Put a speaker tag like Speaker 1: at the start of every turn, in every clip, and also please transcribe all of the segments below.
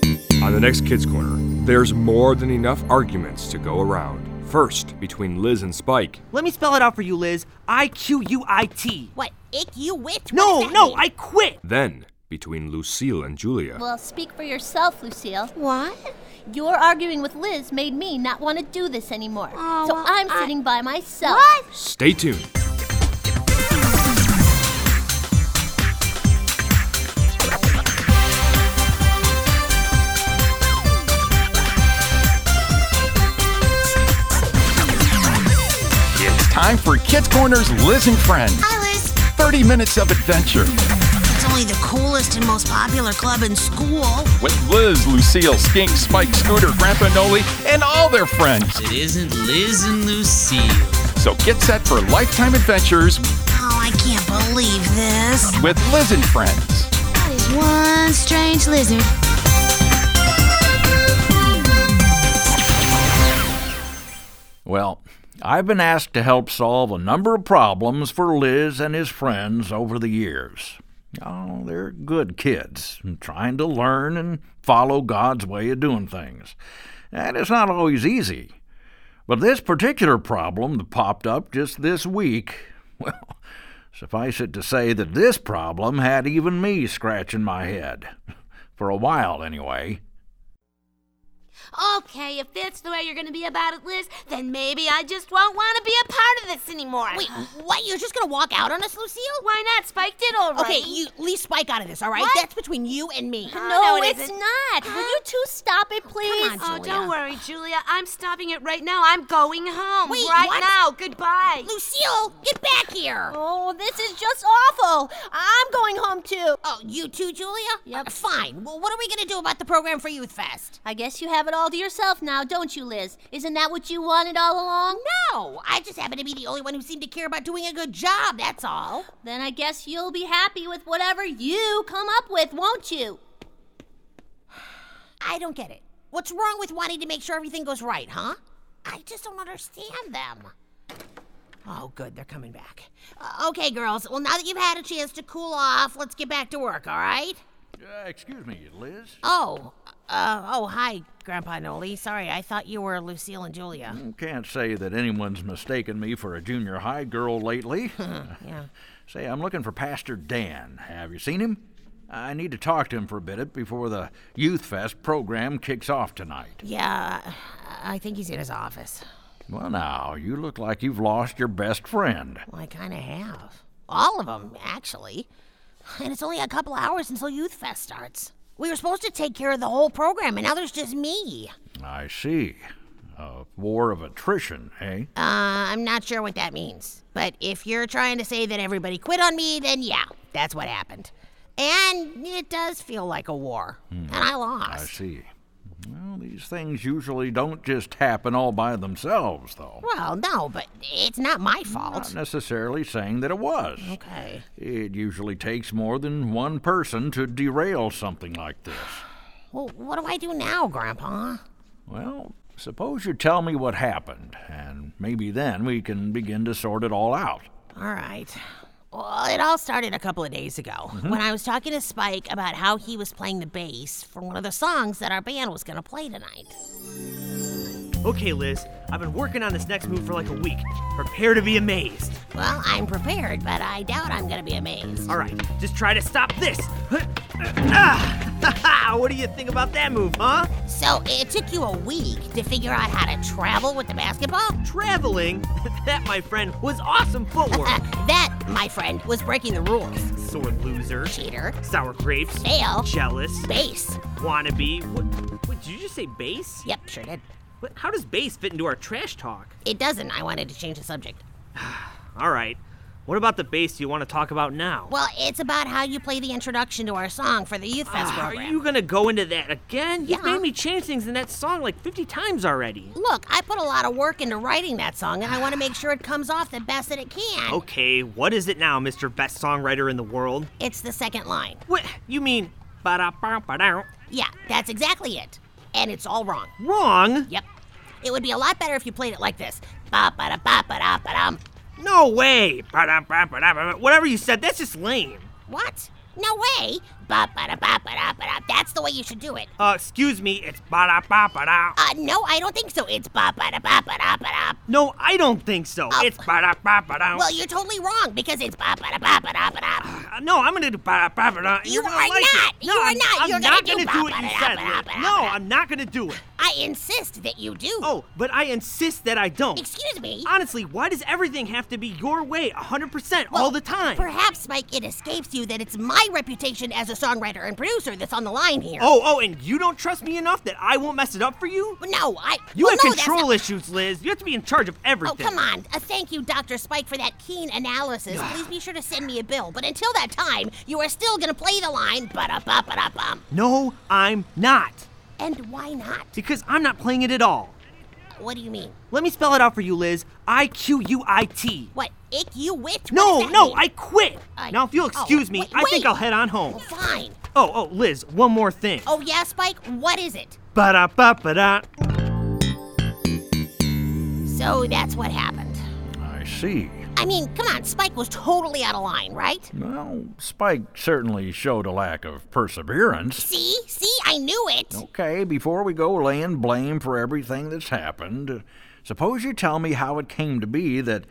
Speaker 1: the next Kids Corner, there's more than enough arguments to go around. First, between Liz and Spike.
Speaker 2: Let me spell it out for you, Liz. I Q U I T.
Speaker 3: What, ick you wit? What
Speaker 2: No,
Speaker 3: does that
Speaker 2: no,
Speaker 3: mean?
Speaker 2: I quit.
Speaker 1: Then, between Lucille and Julia.
Speaker 3: Well, speak for yourself, Lucille.
Speaker 4: What?
Speaker 3: Your arguing with Liz made me not want to do this anymore.
Speaker 4: Oh,
Speaker 3: so
Speaker 4: well,
Speaker 3: I'm
Speaker 4: I-
Speaker 3: sitting by myself.
Speaker 1: Stay tuned.
Speaker 5: It's time for Kids Corner's Liz and Friends.
Speaker 6: Hi, Liz.
Speaker 5: 30 minutes of adventure
Speaker 6: It's only the coolest and most popular club in school.
Speaker 5: with Liz, Lucille, Skink, Spike, Scooter, Grandpa Noli, and all their friends.
Speaker 7: It isn't Liz and Lucille.
Speaker 5: So get set for lifetime adventures
Speaker 6: Oh, I can't believe this.
Speaker 5: with Liz and Friends.
Speaker 4: That is one strange lizard.
Speaker 8: Well, I've been asked to help solve a number of problems for Liz and his friends over the years. Oh, they're good kids, trying to learn and follow God's way of doing things. And it's not always easy. But this particular problem that popped up just this week, well, suffice it to say that this problem had even me scratching my head. For a while, anyway.
Speaker 9: Okay, if that's the way you're gonna be about it, Liz, then maybe I just won't want to be a part of this anymore.
Speaker 3: Wait, what? You're just gonna walk out on us, Lucille?
Speaker 9: why not? Spike did already.
Speaker 3: Okay, you leave Spike out of this, all right?
Speaker 9: What?
Speaker 3: That's between you and me.
Speaker 9: Uh,
Speaker 3: no,
Speaker 9: no, it
Speaker 3: it's
Speaker 9: isn't.
Speaker 3: not. Will you two stop it, please?
Speaker 4: on,
Speaker 9: Oh, don't worry, Julia. I'm stopping it right now. I'm going home
Speaker 3: Wait,
Speaker 9: right
Speaker 3: what?
Speaker 9: now. Goodbye.
Speaker 3: Lucille, get back here. Oh, this is just awful. I'm going home too. Oh, you too, Julia? Yep. Fine. Well, what are we going to do about the program for Youth Fest? I guess you have it all to yourself now, don't you, Liz? Isn't that what you wanted all along? No. I just happen to be the only one who seemed to care about doing a good job, that's all. Then I guess you'll be happy with whatever you come up with, won't you? I don't get it. What's wrong with wanting to make sure everything goes right, huh? I just don't understand them. Oh, good, they're coming back. Uh, okay, girls, well, now that you've had a chance to cool off, let's get back to work, all right?
Speaker 8: Uh, excuse me, Liz.
Speaker 9: Oh, uh, oh, hi, Grandpa Noli. Sorry, I thought you were Lucille and Julia.
Speaker 3: Mm.
Speaker 8: Can't say that anyone's mistaken me for a junior high girl lately.
Speaker 9: Yeah.
Speaker 8: Say, I'm looking for Pastor Dan. Have you seen him? I need to talk to him for a bit before the Youth Fest program kicks off tonight.
Speaker 9: Yeah,
Speaker 3: Uh,
Speaker 9: I think he's in his office.
Speaker 8: Well, now, you look like you've lost your best friend.
Speaker 9: Well, I kind of have. All of them, actually. And it's only a couple hours until Youth Fest starts. We were supposed to take care of the whole program, and now there's just me.
Speaker 8: I see. A war of attrition, eh?
Speaker 9: Uh, I'm not sure what that means. But if you're trying to say that everybody quit on me, then yeah, that's what happened. And it does feel like a war. And I
Speaker 8: Hmm. I
Speaker 9: lost.
Speaker 8: see. Well, these things usually don't just happen all by themselves, though.
Speaker 9: Well, no, but it's not my
Speaker 8: Not
Speaker 9: fault.
Speaker 8: necessarily saying that it was.
Speaker 9: Okay.
Speaker 8: It usually takes more than one person to derail something like this.
Speaker 9: Well, what do I do now, Grandpa?
Speaker 8: Well, suppose you tell me what happened, and maybe then we can begin to sort it all out.
Speaker 9: All right. Well, it all started a couple of days ago
Speaker 2: Mm-hmm.
Speaker 9: when I was talking to Spike about how he was playing the bass for one of the songs that our band was going to play tonight.
Speaker 2: Okay, Liz, I've been working on this next move for like a week. Prepare to be amazed.
Speaker 9: Well, I'm prepared, but I doubt I'm going to be amazed.
Speaker 2: All right, just try to stop this. Huh, uh, Ah! what do you think about that move, huh?
Speaker 9: So it took you a week to figure out how to travel with the basketball?
Speaker 2: Traveling? That, my friend, was awesome footwork.
Speaker 9: Uh, that, my friend, was breaking the rules.
Speaker 2: Sore loser.
Speaker 9: Cheater,
Speaker 2: Sour grapes.
Speaker 9: fail,
Speaker 2: Jealous.
Speaker 9: base.
Speaker 2: Wannabe. What, what, did you just say base?
Speaker 9: Yep, sure did.
Speaker 2: What, how does base fit into our trash talk?
Speaker 9: It doesn't. I wanted to change the subject.
Speaker 2: All right, what about the base you want to talk about now?
Speaker 9: Well, it's about how you play the introduction to our song for the Youth Fest
Speaker 2: Ah,
Speaker 9: program.
Speaker 2: Are you gonna go into that again? You've
Speaker 9: Yeah.
Speaker 2: made me change things in that song like 50 times already.
Speaker 9: Look, I put a lot of work into writing that song, and I want to make sure it comes off the best that it can.
Speaker 2: Okay, what is it now, Mr. Best Songwriter in the World?
Speaker 9: It's the second line.
Speaker 2: What? You mean. ba-da-ba-ba-dow.
Speaker 9: Yeah, that's exactly it. And it's all wrong.
Speaker 2: Wrong?
Speaker 9: Yep. It would be a lot better if you played it like this. Ba ba da ba ba da ba dum.
Speaker 2: No way! Ba-da-ba-ba-da-ba-ba. Whatever you said, that's just lame.
Speaker 9: What? No way. Ba ba da ba ba da ba da. That's the way you should do it.
Speaker 2: Uh, excuse me, it's ba da ba ba da.
Speaker 9: Uh, no, I don't think so. It's ba ba da ba ba da ba da.
Speaker 2: No, I don't think so. It's ba da ba ba da.
Speaker 9: Oh. Well, you're totally wrong because it's ba ba da ba ba da ba da.
Speaker 2: Uh, no, I'm gonna do ba da ba ba da.
Speaker 9: You
Speaker 2: You're gonna
Speaker 9: are
Speaker 2: like
Speaker 9: not.
Speaker 2: It. No,
Speaker 9: You are
Speaker 2: I'm,
Speaker 9: not.
Speaker 2: I'm
Speaker 9: You're gonna
Speaker 2: not
Speaker 9: do
Speaker 2: gonna do what you said.
Speaker 9: ba-ba-da-ba-da-ba-da.
Speaker 2: Liz. No, I'm not gonna do it.
Speaker 9: I insist that you do.
Speaker 2: Oh, but I insist that I don't.
Speaker 9: Excuse me.
Speaker 2: Honestly, why does everything have to be your way 100% all
Speaker 9: Well,
Speaker 2: the time?
Speaker 9: Perhaps, Mike, it escapes you that it's my reputation as a songwriter and producer that's on the line here.
Speaker 2: Oh, oh, and you don't trust me enough that I won't mess it up for you?
Speaker 9: No, I.
Speaker 2: You
Speaker 9: well,
Speaker 2: have
Speaker 9: no, that's
Speaker 2: control
Speaker 9: not-
Speaker 2: issues, Liz. You have to be in charge of
Speaker 9: Oh,
Speaker 2: everything.
Speaker 9: come on. Uh, thank you, Dr. Spike, for that keen analysis. Please be sure to send me a bill. But until that time, you are still going to play the line. Ba ba ba bum.
Speaker 2: No, I'm not.
Speaker 9: And why not?
Speaker 2: Because I'm not playing it at all.
Speaker 9: What do you mean?
Speaker 2: Let me spell it out for you, Liz. I Q U I T.
Speaker 9: What? Ick you wit?
Speaker 2: No,
Speaker 9: what does that
Speaker 2: no,
Speaker 9: mean?
Speaker 2: I quit.
Speaker 9: I-
Speaker 2: now, if you'll
Speaker 9: oh,
Speaker 2: excuse me,
Speaker 9: wait-
Speaker 2: I think
Speaker 9: wait.
Speaker 2: I'll head on home.
Speaker 9: Well, fine.
Speaker 2: Oh, oh, Liz, one more thing.
Speaker 9: Oh, yeah, Spike? What is it?
Speaker 2: Ba da ba ba da.
Speaker 9: So that's what happened.
Speaker 8: I see.
Speaker 9: I mean, come on, Spike was totally out of line, right?
Speaker 8: Well, Spike certainly showed a lack of perseverance.
Speaker 9: See? See? I knew it.
Speaker 8: Okay, before we go laying blame for everything that's happened, suppose you tell me how it came to be that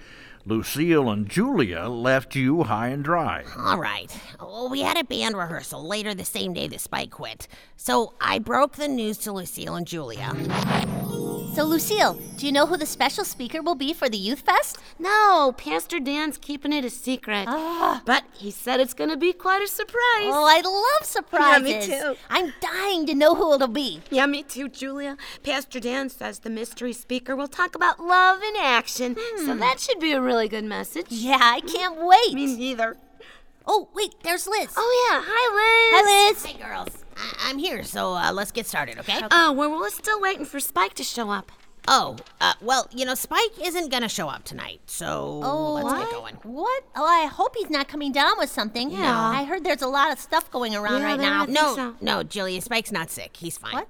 Speaker 8: Lucille and Julia left you high and dry.
Speaker 9: All right. Well, we had a band rehearsal later the same day that Spike quit. So I broke the news to Lucille and Julia.
Speaker 3: So, Lucille, do you know who the special speaker will be for the Youth Fest?
Speaker 4: No, Pastor Dan's keeping it a secret. but he said it's going to be quite a surprise.
Speaker 3: Ah. Oh, I love surprises.
Speaker 4: too.
Speaker 3: I'm dying to know who it'll be.
Speaker 4: Yeah, me too, Julia. Pastor Dan says the mystery speaker will talk about love in action. So that should be a really good message.
Speaker 3: Hmm. Yeah, I can't wait.
Speaker 4: Me neither.
Speaker 3: oh, wait, there's Liz.
Speaker 4: Oh, yeah. Hi, Liz.
Speaker 3: Hi, Liz.
Speaker 9: Hey, girls. I- I'm here, so uh, let's get started, okay?
Speaker 4: Oh, well, we're still waiting for Spike to show up.
Speaker 9: oh, uh, well, you know, Spike isn't going to show up tonight, so
Speaker 3: Oh,
Speaker 9: let's
Speaker 3: what?
Speaker 9: get going.
Speaker 3: What? Oh, I hope he's not coming down with something.
Speaker 4: Yeah.
Speaker 3: I heard there's a lot of stuff going around
Speaker 4: Yeah,
Speaker 3: right
Speaker 4: there
Speaker 3: now.
Speaker 4: is.
Speaker 9: No,
Speaker 4: so.
Speaker 9: no, Julia, Spike's not sick. He's fine.
Speaker 3: What?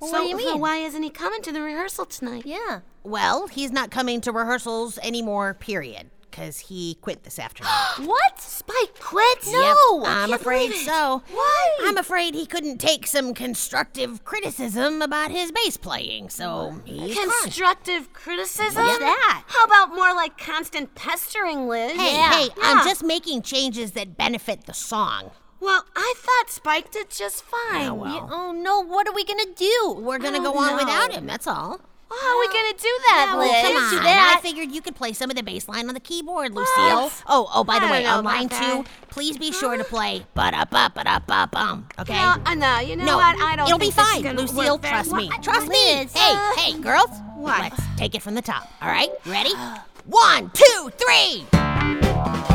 Speaker 3: Well,
Speaker 4: so,
Speaker 3: what do you mean?
Speaker 4: so why isn't he coming to the rehearsal tonight?
Speaker 3: Yeah.
Speaker 9: Well, he's not coming to rehearsals anymore, period, because he quit this afternoon.
Speaker 3: What?
Speaker 4: Spike quit?
Speaker 3: No.
Speaker 9: Yep,
Speaker 3: I
Speaker 9: I'm
Speaker 3: can't
Speaker 9: afraid
Speaker 3: believe it.
Speaker 9: so.
Speaker 3: Why?
Speaker 9: I'm afraid he couldn't take some constructive criticism about his bass playing, so he's gone.
Speaker 4: Constructive criticism?
Speaker 3: What's that?
Speaker 4: How about more like constant pestering, Liz?
Speaker 9: Hey, hey, I'm just making changes that benefit the song.
Speaker 4: Well, I thought Spike did just fine.
Speaker 9: well.
Speaker 3: Oh no, what are we gonna do?
Speaker 9: We're gonna
Speaker 4: I
Speaker 9: go
Speaker 4: don't
Speaker 9: on
Speaker 4: know.
Speaker 9: without him. That's all.
Speaker 4: Oh, Well, how are we gonna do that,
Speaker 3: Yeah, well,
Speaker 4: Liz?
Speaker 9: Well,
Speaker 3: Hey,
Speaker 9: come
Speaker 3: let's do
Speaker 9: on.
Speaker 3: that.
Speaker 9: I figured you could play some of the bass line on the keyboard, Lucille.
Speaker 4: What?
Speaker 9: Oh, oh, by the
Speaker 4: I
Speaker 9: way,
Speaker 4: don't know
Speaker 9: on line
Speaker 4: about
Speaker 9: two, please be sure to play ba da ba ba da ba bum. Okay.
Speaker 4: No, uh, no, you know
Speaker 9: no,
Speaker 4: what? I don't
Speaker 9: it'll
Speaker 4: think
Speaker 9: be
Speaker 4: this is
Speaker 9: fine,
Speaker 4: gonna work
Speaker 9: Lucille.
Speaker 4: very
Speaker 9: Trust
Speaker 4: well.
Speaker 9: me. Trust
Speaker 3: Liz,
Speaker 9: me. Hey,
Speaker 4: uh,
Speaker 9: hey, girls.
Speaker 4: what?
Speaker 9: Let's take it from the top. All right, ready? One, two, three.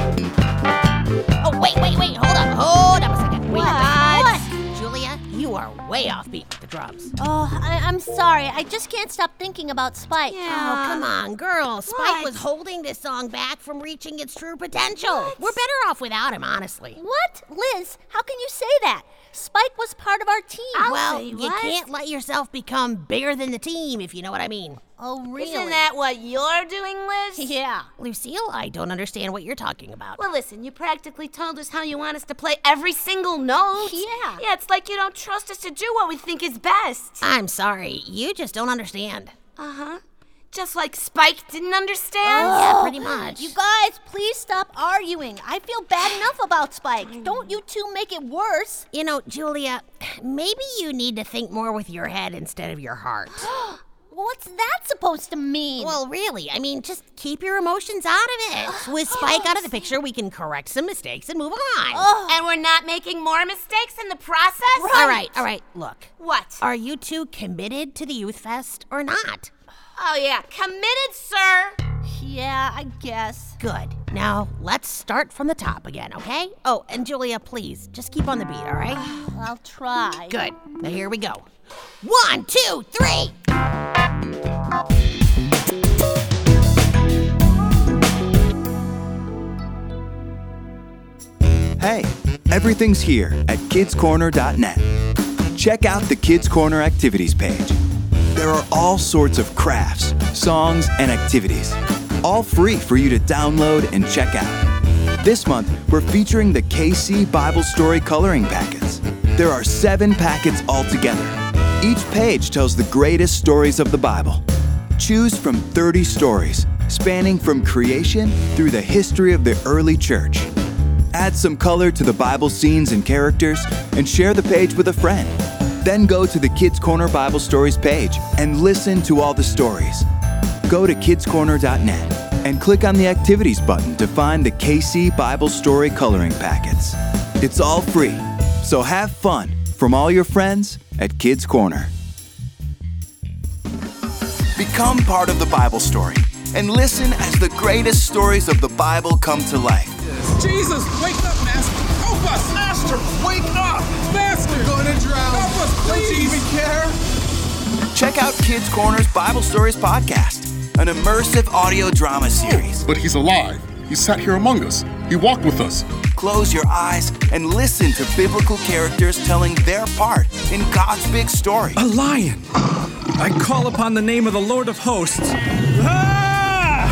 Speaker 9: Oh wait, wait, wait. Hold up. Hold up a second. Wait. a second.
Speaker 4: What?
Speaker 9: What? Julia, you are way off beat with the drums.
Speaker 3: Oh, I, I'm sorry. I just can't stop thinking about Spike.
Speaker 9: Oh, come on, girls. Spike
Speaker 4: What?
Speaker 9: was holding this song back from reaching its true potential. We're better off without him, honestly.
Speaker 3: What? Liz, how can you say that? Spike was part of our team.
Speaker 9: well,
Speaker 4: say
Speaker 9: you
Speaker 4: what?
Speaker 9: can't let yourself become bigger than the team, if you know what I mean.
Speaker 3: oh, really?
Speaker 4: Isn't that what you're doing, Liz?
Speaker 9: Yeah. Lucille, I don't understand what you're talking about.
Speaker 4: Well, listen, you practically told us how you want us to play every single note.
Speaker 3: Yeah.
Speaker 4: Yeah, it's like you don't trust us to do what we think is best.
Speaker 9: I'm sorry. You just don't understand.
Speaker 4: Uh
Speaker 9: Uh-huh.
Speaker 4: huh. Just like Spike didn't understand.
Speaker 9: yeah, pretty much.
Speaker 3: Oh. You guys, please stop arguing. I feel bad enough about Spike. Don't you two make it worse.
Speaker 9: You know, Julia, maybe you need to think more with your head instead of your heart.
Speaker 3: What's that supposed to mean?
Speaker 9: well, really, I mean, just keep your emotions out of it. With Spike out of the picture, we can correct some mistakes and move on.
Speaker 3: Oh,
Speaker 4: And we're not making more mistakes in the process?
Speaker 9: All right, all right, look.
Speaker 4: What?
Speaker 9: Are you two committed to the Youth Fest or not?
Speaker 4: Oh, yeah. Committed, sir.
Speaker 3: yeah, I guess.
Speaker 9: Good. Now, let's start from the top again, okay? Oh, and Julia, please, just keep on the beat, all right?
Speaker 3: I'll try.
Speaker 9: Good. Now, here we go. One, two, three.
Speaker 10: Hey, everything's here at kidscorner.net. Check out the Kids Corner activities page. There are all sorts of crafts, songs, and activities, all free for you to download and check out. This month, we're featuring the KC Bible Story coloring packets. There are seven packets altogether. Each page tells the greatest stories of the Bible. Choose from 30 stories, spanning from creation through the history of the early church. Add some color to the Bible scenes and characters, and share the page with a friend. Then go to the Kids Corner Bible Stories page and listen to all the stories. Go to kidscorner.net and click on the Activities button to find the KC Bible Story coloring packets. It's all free, so have fun from all your friends at Kids Corner. Become part of the Bible story and listen as the greatest stories of the Bible come to life.
Speaker 11: Jesus, wake up, Master! Help us! Master, wake up! Master! We're going to drown! Help us, please! Don't you even care?
Speaker 10: Check out Kids Corner's Bible Stories podcast, an immersive audio drama series.
Speaker 12: But he's alive. He sat here among us. He walked with us.
Speaker 10: Close your eyes and listen to biblical characters telling their part in God's big story.
Speaker 11: A lion! I call upon the name of the Lord of Hosts. Ah!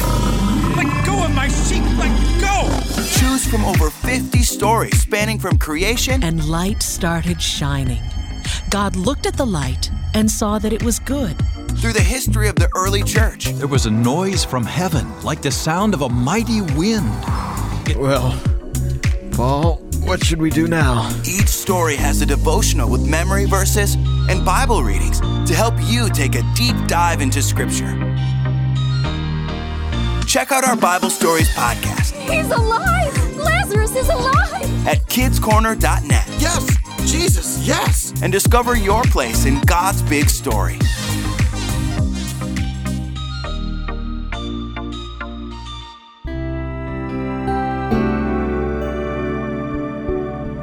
Speaker 11: Let go of my sheep! Let go!
Speaker 10: Choose from over 50 stories spanning from creation
Speaker 13: and light started shining. God looked at the light and saw that it was good.
Speaker 10: through the history of the early church.
Speaker 14: There was a noise from heaven, like the sound of a mighty wind.
Speaker 15: Well, Paul, what should we do now?
Speaker 10: Each story has a devotional with memory verses and Bible readings to help you take a deep dive into Scripture. Check out our Bible Stories podcast
Speaker 16: He's alive! Lazarus is alive!
Speaker 10: at kidscorner.net. Yes, Jesus, yes! And discover your place in God's big story.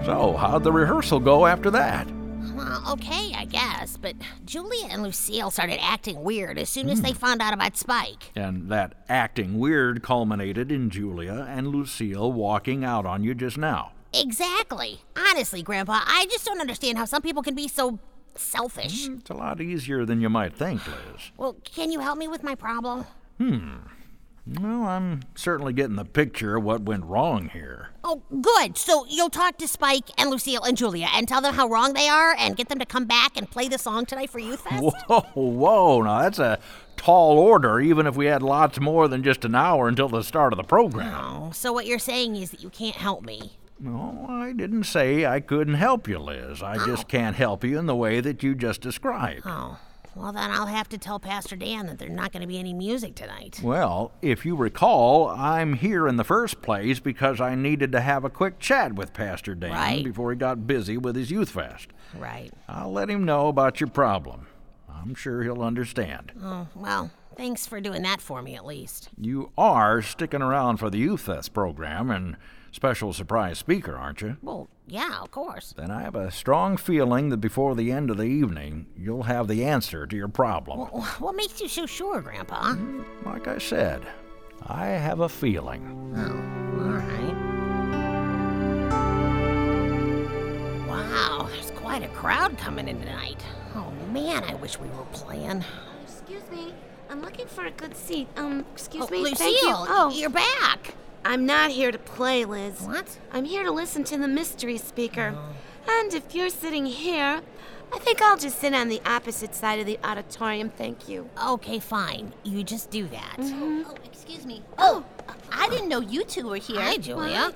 Speaker 8: So, how'd the rehearsal go after that?
Speaker 9: Well, okay, I guess, but Julia and Lucille started acting weird as soon as they found out about Spike.
Speaker 8: And that acting weird culminated in Julia and Lucille walking out on you just now.
Speaker 9: Exactly. Honestly, Grandpa, I just don't understand how some people can be so selfish.
Speaker 8: It's a lot easier than you might think, Liz.
Speaker 9: Well, can you help me with my problem?
Speaker 8: Hmm. Well, I'm certainly getting the picture of what went wrong here.
Speaker 9: Oh, good. So you'll talk to Spike and Lucille and Julia and tell them how wrong they are and get them to come back and play the song tonight for Youth Fest?
Speaker 8: Whoa, whoa, now that's a tall order, even if we had lots more than just an hour until the start of the program.
Speaker 9: So what you're saying is that you can't help me.
Speaker 8: No, I didn't say I couldn't help you, Liz. I just can't help you in the way that you just described.
Speaker 9: Oh. Well, then I'll have to tell Pastor Dan that there's not going to be any music tonight.
Speaker 8: Well, if you recall, I'm here in the first place because I needed to have a quick chat with Pastor Dan
Speaker 9: Right.
Speaker 8: before he got busy with his youth fest.
Speaker 9: Right.
Speaker 8: I'll let him know about your problem. I'm sure he'll understand.
Speaker 9: Oh, well, thanks for doing that for me at least.
Speaker 8: You are sticking around for the Youth Fest program and special surprise speaker, aren't you?
Speaker 9: Well, yeah, of course.
Speaker 8: Then I have a strong feeling that before the end of the evening, you'll have the answer to your problem.
Speaker 9: What makes you so sure, Grandpa?
Speaker 8: Like I said, I have a feeling.
Speaker 9: Wow, there's quite a crowd coming in tonight. Oh man, I wish we were playing.
Speaker 4: Excuse me. I'm looking for a good seat. Um, excuse
Speaker 9: Oh,
Speaker 4: me.
Speaker 9: Lucille,
Speaker 4: Thank you. Oh,
Speaker 9: you're back.
Speaker 4: I'm not here to play, Liz.
Speaker 9: What? Oh,
Speaker 4: I'm here to listen to the mystery speaker. And if you're sitting here, I think I'll just sit on the opposite side of the auditorium. Thank you. Mm,
Speaker 9: Okay, fine. You just do that.
Speaker 3: Oh, excuse me. Oh, I didn't know you two were here.
Speaker 9: Hi, Julia.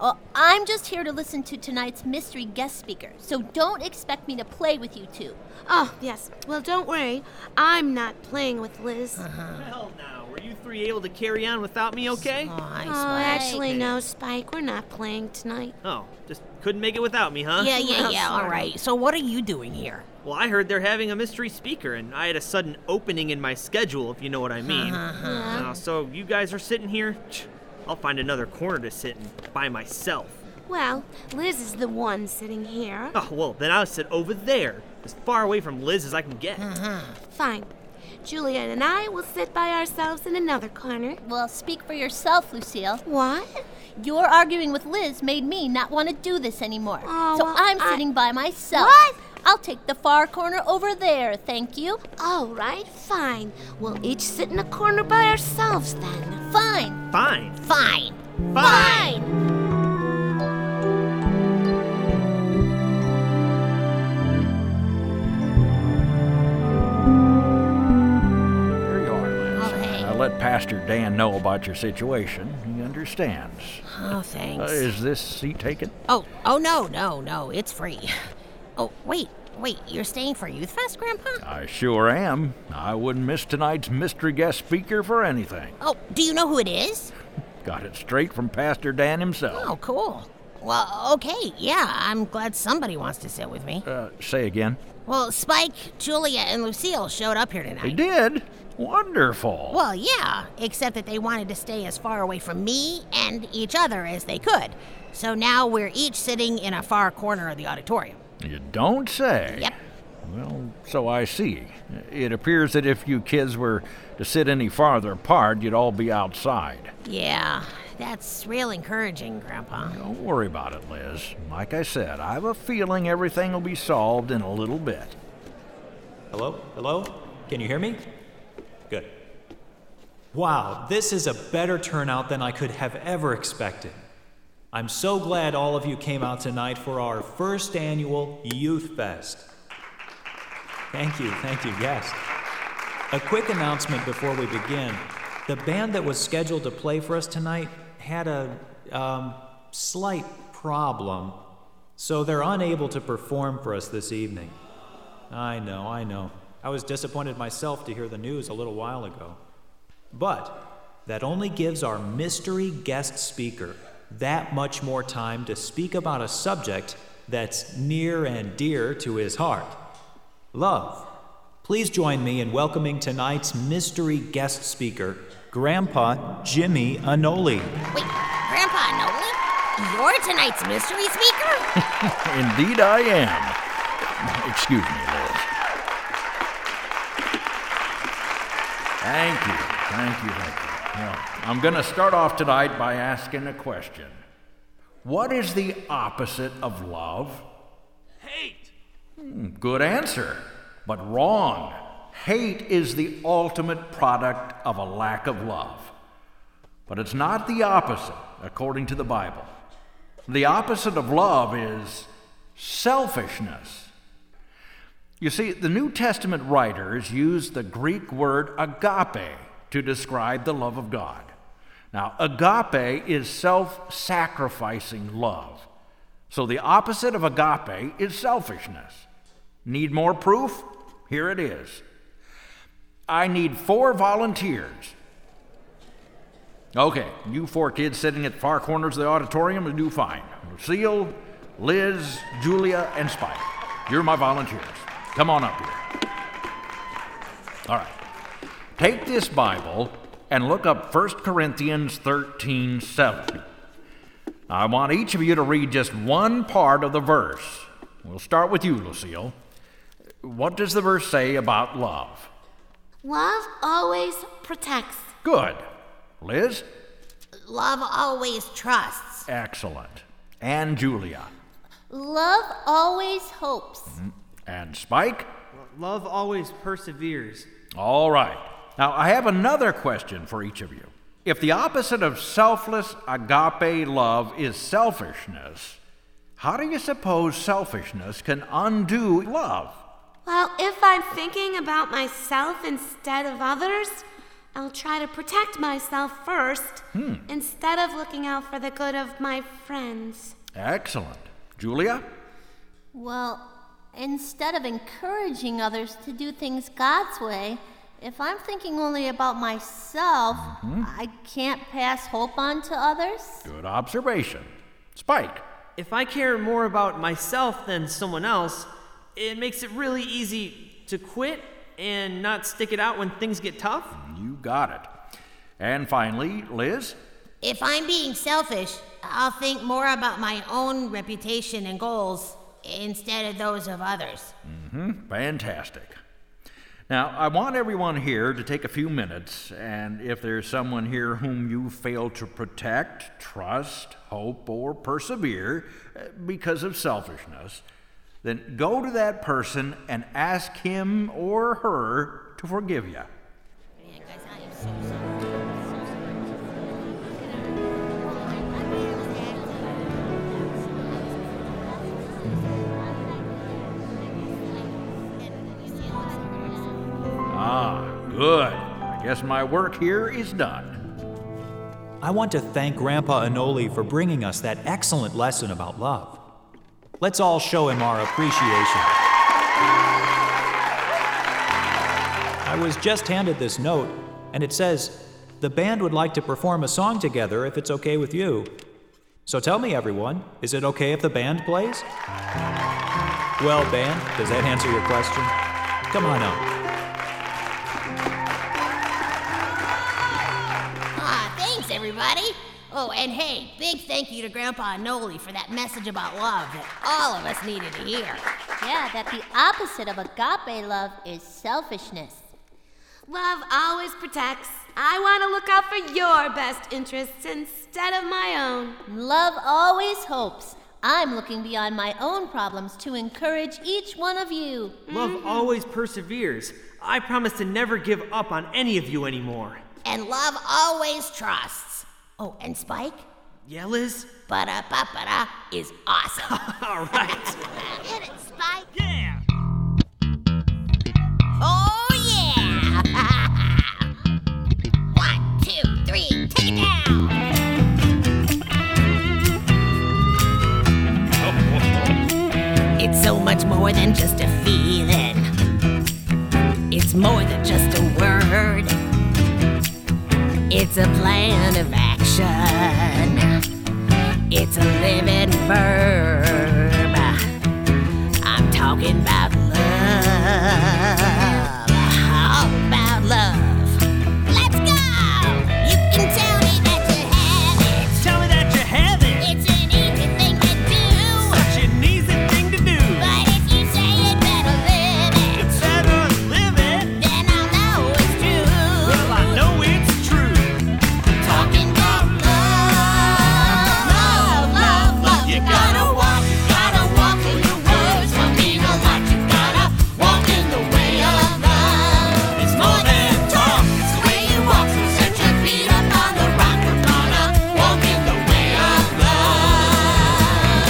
Speaker 3: Oh, I'm just here to listen to tonight's mystery guest speaker, so don't expect me to play with you two.
Speaker 4: Oh, yes. Well, don't worry. I'm not playing with Liz.
Speaker 9: Uh-huh.
Speaker 2: Well, now, were you three able to carry on without me okay?
Speaker 4: Oh, actually, no, Spike. We're not playing tonight.
Speaker 2: Oh, just couldn't make it without me, huh?
Speaker 9: Yeah, yeah, yeah. All right. So what are you doing here?
Speaker 2: Well, I heard they're having a mystery speaker, and I had a sudden opening in my schedule, if you know what I mean.
Speaker 9: Uh-huh,
Speaker 2: Uh, so you guys are sitting here? Tch, I'll find another corner to sit in by myself.
Speaker 4: Well, Liz is the one sitting here.
Speaker 2: Oh, well, then I'll sit over there, as far away from Liz as I can get.
Speaker 8: Mm-hmm.
Speaker 4: Fine. Julian and I will sit by ourselves in another corner.
Speaker 3: Well, speak for yourself, Lucille.
Speaker 4: What?
Speaker 3: Your arguing with Liz made me not want to do this anymore.
Speaker 4: Oh,
Speaker 3: so
Speaker 4: well,
Speaker 3: I'm
Speaker 4: I-
Speaker 3: sitting by myself.
Speaker 4: What?
Speaker 3: I'll take the far corner over there, thank you.
Speaker 4: All right, fine. We'll each sit in a corner by ourselves then.
Speaker 3: Fine.
Speaker 2: Fine.
Speaker 9: Fine.
Speaker 2: Fine.
Speaker 8: Uh, Pastor Dan know about your situation. He understands.
Speaker 9: Oh, thanks.
Speaker 8: Uh, is this seat taken?
Speaker 9: Oh, oh no, no, no, it's free. Oh, wait, wait, you're staying for Youth Fest, Grandpa?
Speaker 8: I sure am. I wouldn't miss tonight's mystery guest speaker for anything.
Speaker 9: Oh, do you know who it is?
Speaker 8: Got it straight from Pastor Dan himself.
Speaker 9: Oh, cool. Well, okay, yeah, I'm glad somebody wants to sit with me.
Speaker 8: Uh, say again.
Speaker 9: Well, Spike, Julia, and Lucille showed up here tonight.
Speaker 8: They did? Wonderful.
Speaker 9: Well, yeah, except that they wanted to stay as far away from me and each other as they could. So now we're each sitting in a far corner of the auditorium.
Speaker 8: You don't say.
Speaker 9: Yep.
Speaker 8: Well, so I see. It appears that if you kids were to sit any farther apart, you'd all be outside.
Speaker 9: Yeah, that's real encouraging, Grandpa.
Speaker 8: Don't worry about it, Liz. Like I said, I have a feeling everything will be solved in a little bit.
Speaker 17: Hello? Hello? Can you hear me? Good. Wow, this is a better turnout than I could have ever expected. I'm so glad all of you came out tonight for our first annual Youth Fest. Thank you, thank you, yes. A quick announcement before we begin. The band that was scheduled to play for us tonight had a um, slight problem, so they're unable to perform for us this evening. I know, I know. I was disappointed myself to hear the news a little while ago. But that only gives our mystery guest speaker that much more time to speak about a subject that's near and dear to his heart love. Please join me in welcoming tonight's mystery guest speaker, Grandpa Jimmy Anoli.
Speaker 9: Wait, Grandpa Noli? You're tonight's mystery speaker?
Speaker 8: Indeed, I am. Excuse me, Liz. Thank you, thank you, thank you. Now, I'm going to start off tonight by asking a question What is the opposite of love?
Speaker 2: Hate!
Speaker 8: Hmm, Good answer, but wrong. Hate is the ultimate product of a lack of love. But it's not the opposite, according to the Bible. The opposite of love is selfishness. You see, the New Testament writers used the Greek word agape to describe the love of God. Now, agape is self sacrificing love. So the opposite of agape is selfishness. Need more proof? Here it is. I need four volunteers. Okay, you four kids sitting at far corners of the auditorium will do fine. Lucille, Liz, Julia, and Spike. You're my volunteers. Come on up here. All right. Take this Bible and look up 1 Corinthians 13 7. I want each of you to read just one part of the verse. We'll start with you, Lucille. What does the verse say about love?
Speaker 4: Love always protects.
Speaker 8: Good. Liz?
Speaker 9: Love always trusts.
Speaker 8: Excellent. And Julia.
Speaker 16: Love always hopes.
Speaker 8: And Spike?
Speaker 2: Love always perseveres.
Speaker 8: All right. Now, I have another question for each of you. If the opposite of selfless agape love is selfishness, how do you suppose selfishness can undo love?
Speaker 4: Well, if I'm thinking about myself instead of others, I'll try to protect myself first
Speaker 8: Hmm.
Speaker 4: instead of looking out for the good of my friends.
Speaker 8: Excellent. Julia?
Speaker 16: Well, instead of encouraging others to do things God's way, if I'm thinking only about myself,
Speaker 8: Hmm,
Speaker 16: I can't pass hope on to others.
Speaker 8: Good observation. Spike.
Speaker 2: If I care more about myself than someone else, it makes it really easy to quit and not stick it out when things get tough.
Speaker 8: You got it. And finally, Liz?
Speaker 9: If I'm being selfish, I'll think more about my own reputation and goals instead of those of others.
Speaker 8: hmm Fantastic. Now, I want everyone here to take a few minutes, and if there's someone here whom you fail to protect, trust, hope, or persevere uh, because of selfishness, then go to that person and ask him or her to forgive you. Ah, good. I guess my work here is done.
Speaker 17: I want to thank Grandpa Anoli for bringing us that excellent lesson about love. Let's all show him our appreciation. I was just handed this note, and it says, The band would like to perform a song together if it's okay with you. So tell me, everyone, is it okay if the band plays? Well, band, does that answer your question? Come on up.
Speaker 9: Ah, thanks, everybody. Oh, and hey, big thank you to Grandpa Noli for that message about love that all of us needed to hear.
Speaker 16: Yeah, that the opposite of agape love is selfishness.
Speaker 4: Love always protects. I want to look out for your best interests instead of my own.
Speaker 16: Love always hopes. I'm looking beyond my own problems to encourage each one of you.
Speaker 4: Mm-hmm.
Speaker 3: Mm-hmm.
Speaker 2: Love always perseveres. I promise to never give up on any of you anymore.
Speaker 9: And love always trusts. Oh, and Spike?
Speaker 2: Yeah, Liz?
Speaker 9: Ba da ba ba da is awesome.
Speaker 2: All right.
Speaker 9: Get it, Spike? Yeah! Oh, yeah! One, two, three, take it down! It's so much more than just a feeling. It's more than just a word. It's a plan of action. It's a living verb. I'm talking about love. All about love. Let's go! You can tell me that you have it.
Speaker 2: Tell me that you have it.
Speaker 9: It's an easy thing to do.
Speaker 2: Such an easy thing to do.
Speaker 9: But if you say it better live it,
Speaker 2: It's better living.
Speaker 9: then I'll know it's true.
Speaker 2: Well, I know it's true.
Speaker 9: Talking about love, love, love, love. You gotta walk, gotta walk in your words. Don't mean a lot. You gotta walk in the way of love. It's more than talk. It's the way you walk. So set your feet up on the rock. We're gonna walk in the way of love.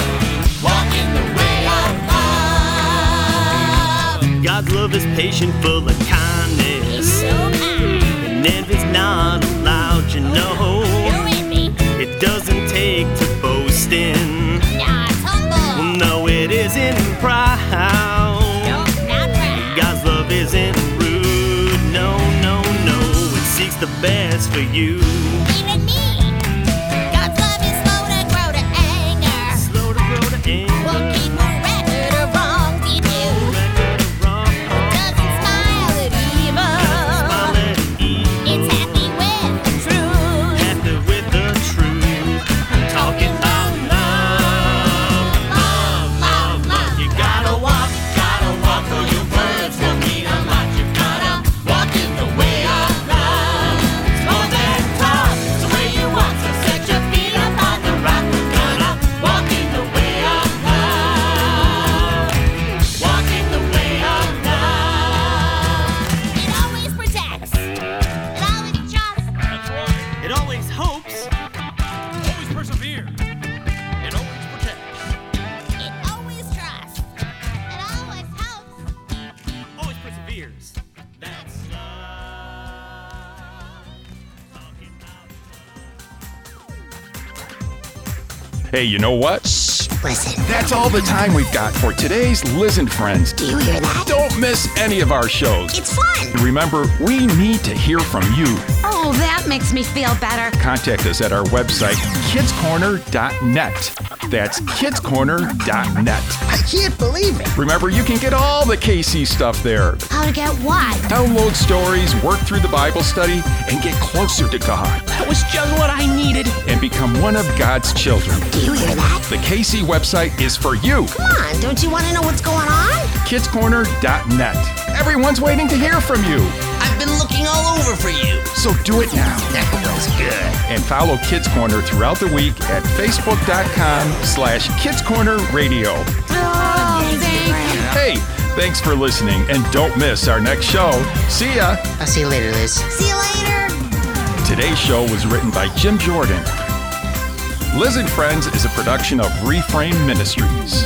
Speaker 9: Walk in the way of love.
Speaker 18: God's love is patient, full of kindness.
Speaker 9: So kind.
Speaker 18: And envy's not allowed,
Speaker 9: Oh,
Speaker 18: you
Speaker 9: You're
Speaker 18: know.
Speaker 9: with me.
Speaker 18: It doesn't take to boasting.
Speaker 9: Nah, it's humble.
Speaker 18: Well, no, it isn't proud.
Speaker 9: Nope, not proud.
Speaker 18: God's love isn't rude. No, no, no. It seeks the best for you.
Speaker 9: Even me. God's love is slow to grow to anger.
Speaker 18: Slow to grow to anger.
Speaker 9: Won't keep a record of wrongs he do.
Speaker 18: Record of wrong.
Speaker 9: Doesn't smile at
Speaker 18: Smile
Speaker 9: evil.
Speaker 18: at evil.
Speaker 9: It's happy with the truth.
Speaker 18: Happy with the truth. Talking about love.
Speaker 9: Love, love, love.
Speaker 18: You gotta walk, gotta walk, or your words will mean a lot. You gotta walk in the way of love. It's more than talk, it's the way you walk. So set your feet up on the rock. You gotta walk in the way of love. Walk in the way of love.
Speaker 9: It always protects. It always trusts.
Speaker 2: It always hopes. Always perseveres. It always protects.
Speaker 9: It always trusts. It always helps.
Speaker 2: Always perseveres. uh,
Speaker 18: That's love. Talking about
Speaker 5: Hey, you know what?
Speaker 6: Listen,
Speaker 14: That's all the time we've got for today's Listen Friends.
Speaker 6: do you hear that?
Speaker 5: Don't miss any of our shows.
Speaker 6: It's fun.
Speaker 5: Remember, we need to hear from you.
Speaker 4: Oh, that makes me feel better.
Speaker 5: Contact us at our website, kidscorner.net. That's kidscorner.net.
Speaker 6: I can't believe it.
Speaker 5: Remember, you can get all the KC stuff there.
Speaker 4: How to get what?
Speaker 5: Download stories, work through the Bible study, and get closer to God
Speaker 6: That was just what I needed.
Speaker 5: and become one of God's children.
Speaker 6: Do you hear that?
Speaker 5: The KC website is for you,
Speaker 6: Come on, don't you want to know what's going on?
Speaker 5: kidscorner.net. Everyone's waiting to hear from you,
Speaker 6: I've been looking all over for you.
Speaker 5: so do it now.
Speaker 6: That was good.
Speaker 5: And follow Kids Corner throughout the week at facebook.com slash Kids Corner Radio. Hey, thanks for listening, and don't miss our next show. See ya!
Speaker 6: I'll see you later, Liz.
Speaker 9: See you later.
Speaker 5: Today's show was written by Jim Jordan. Liz and Friends is a production of Reframe Ministries.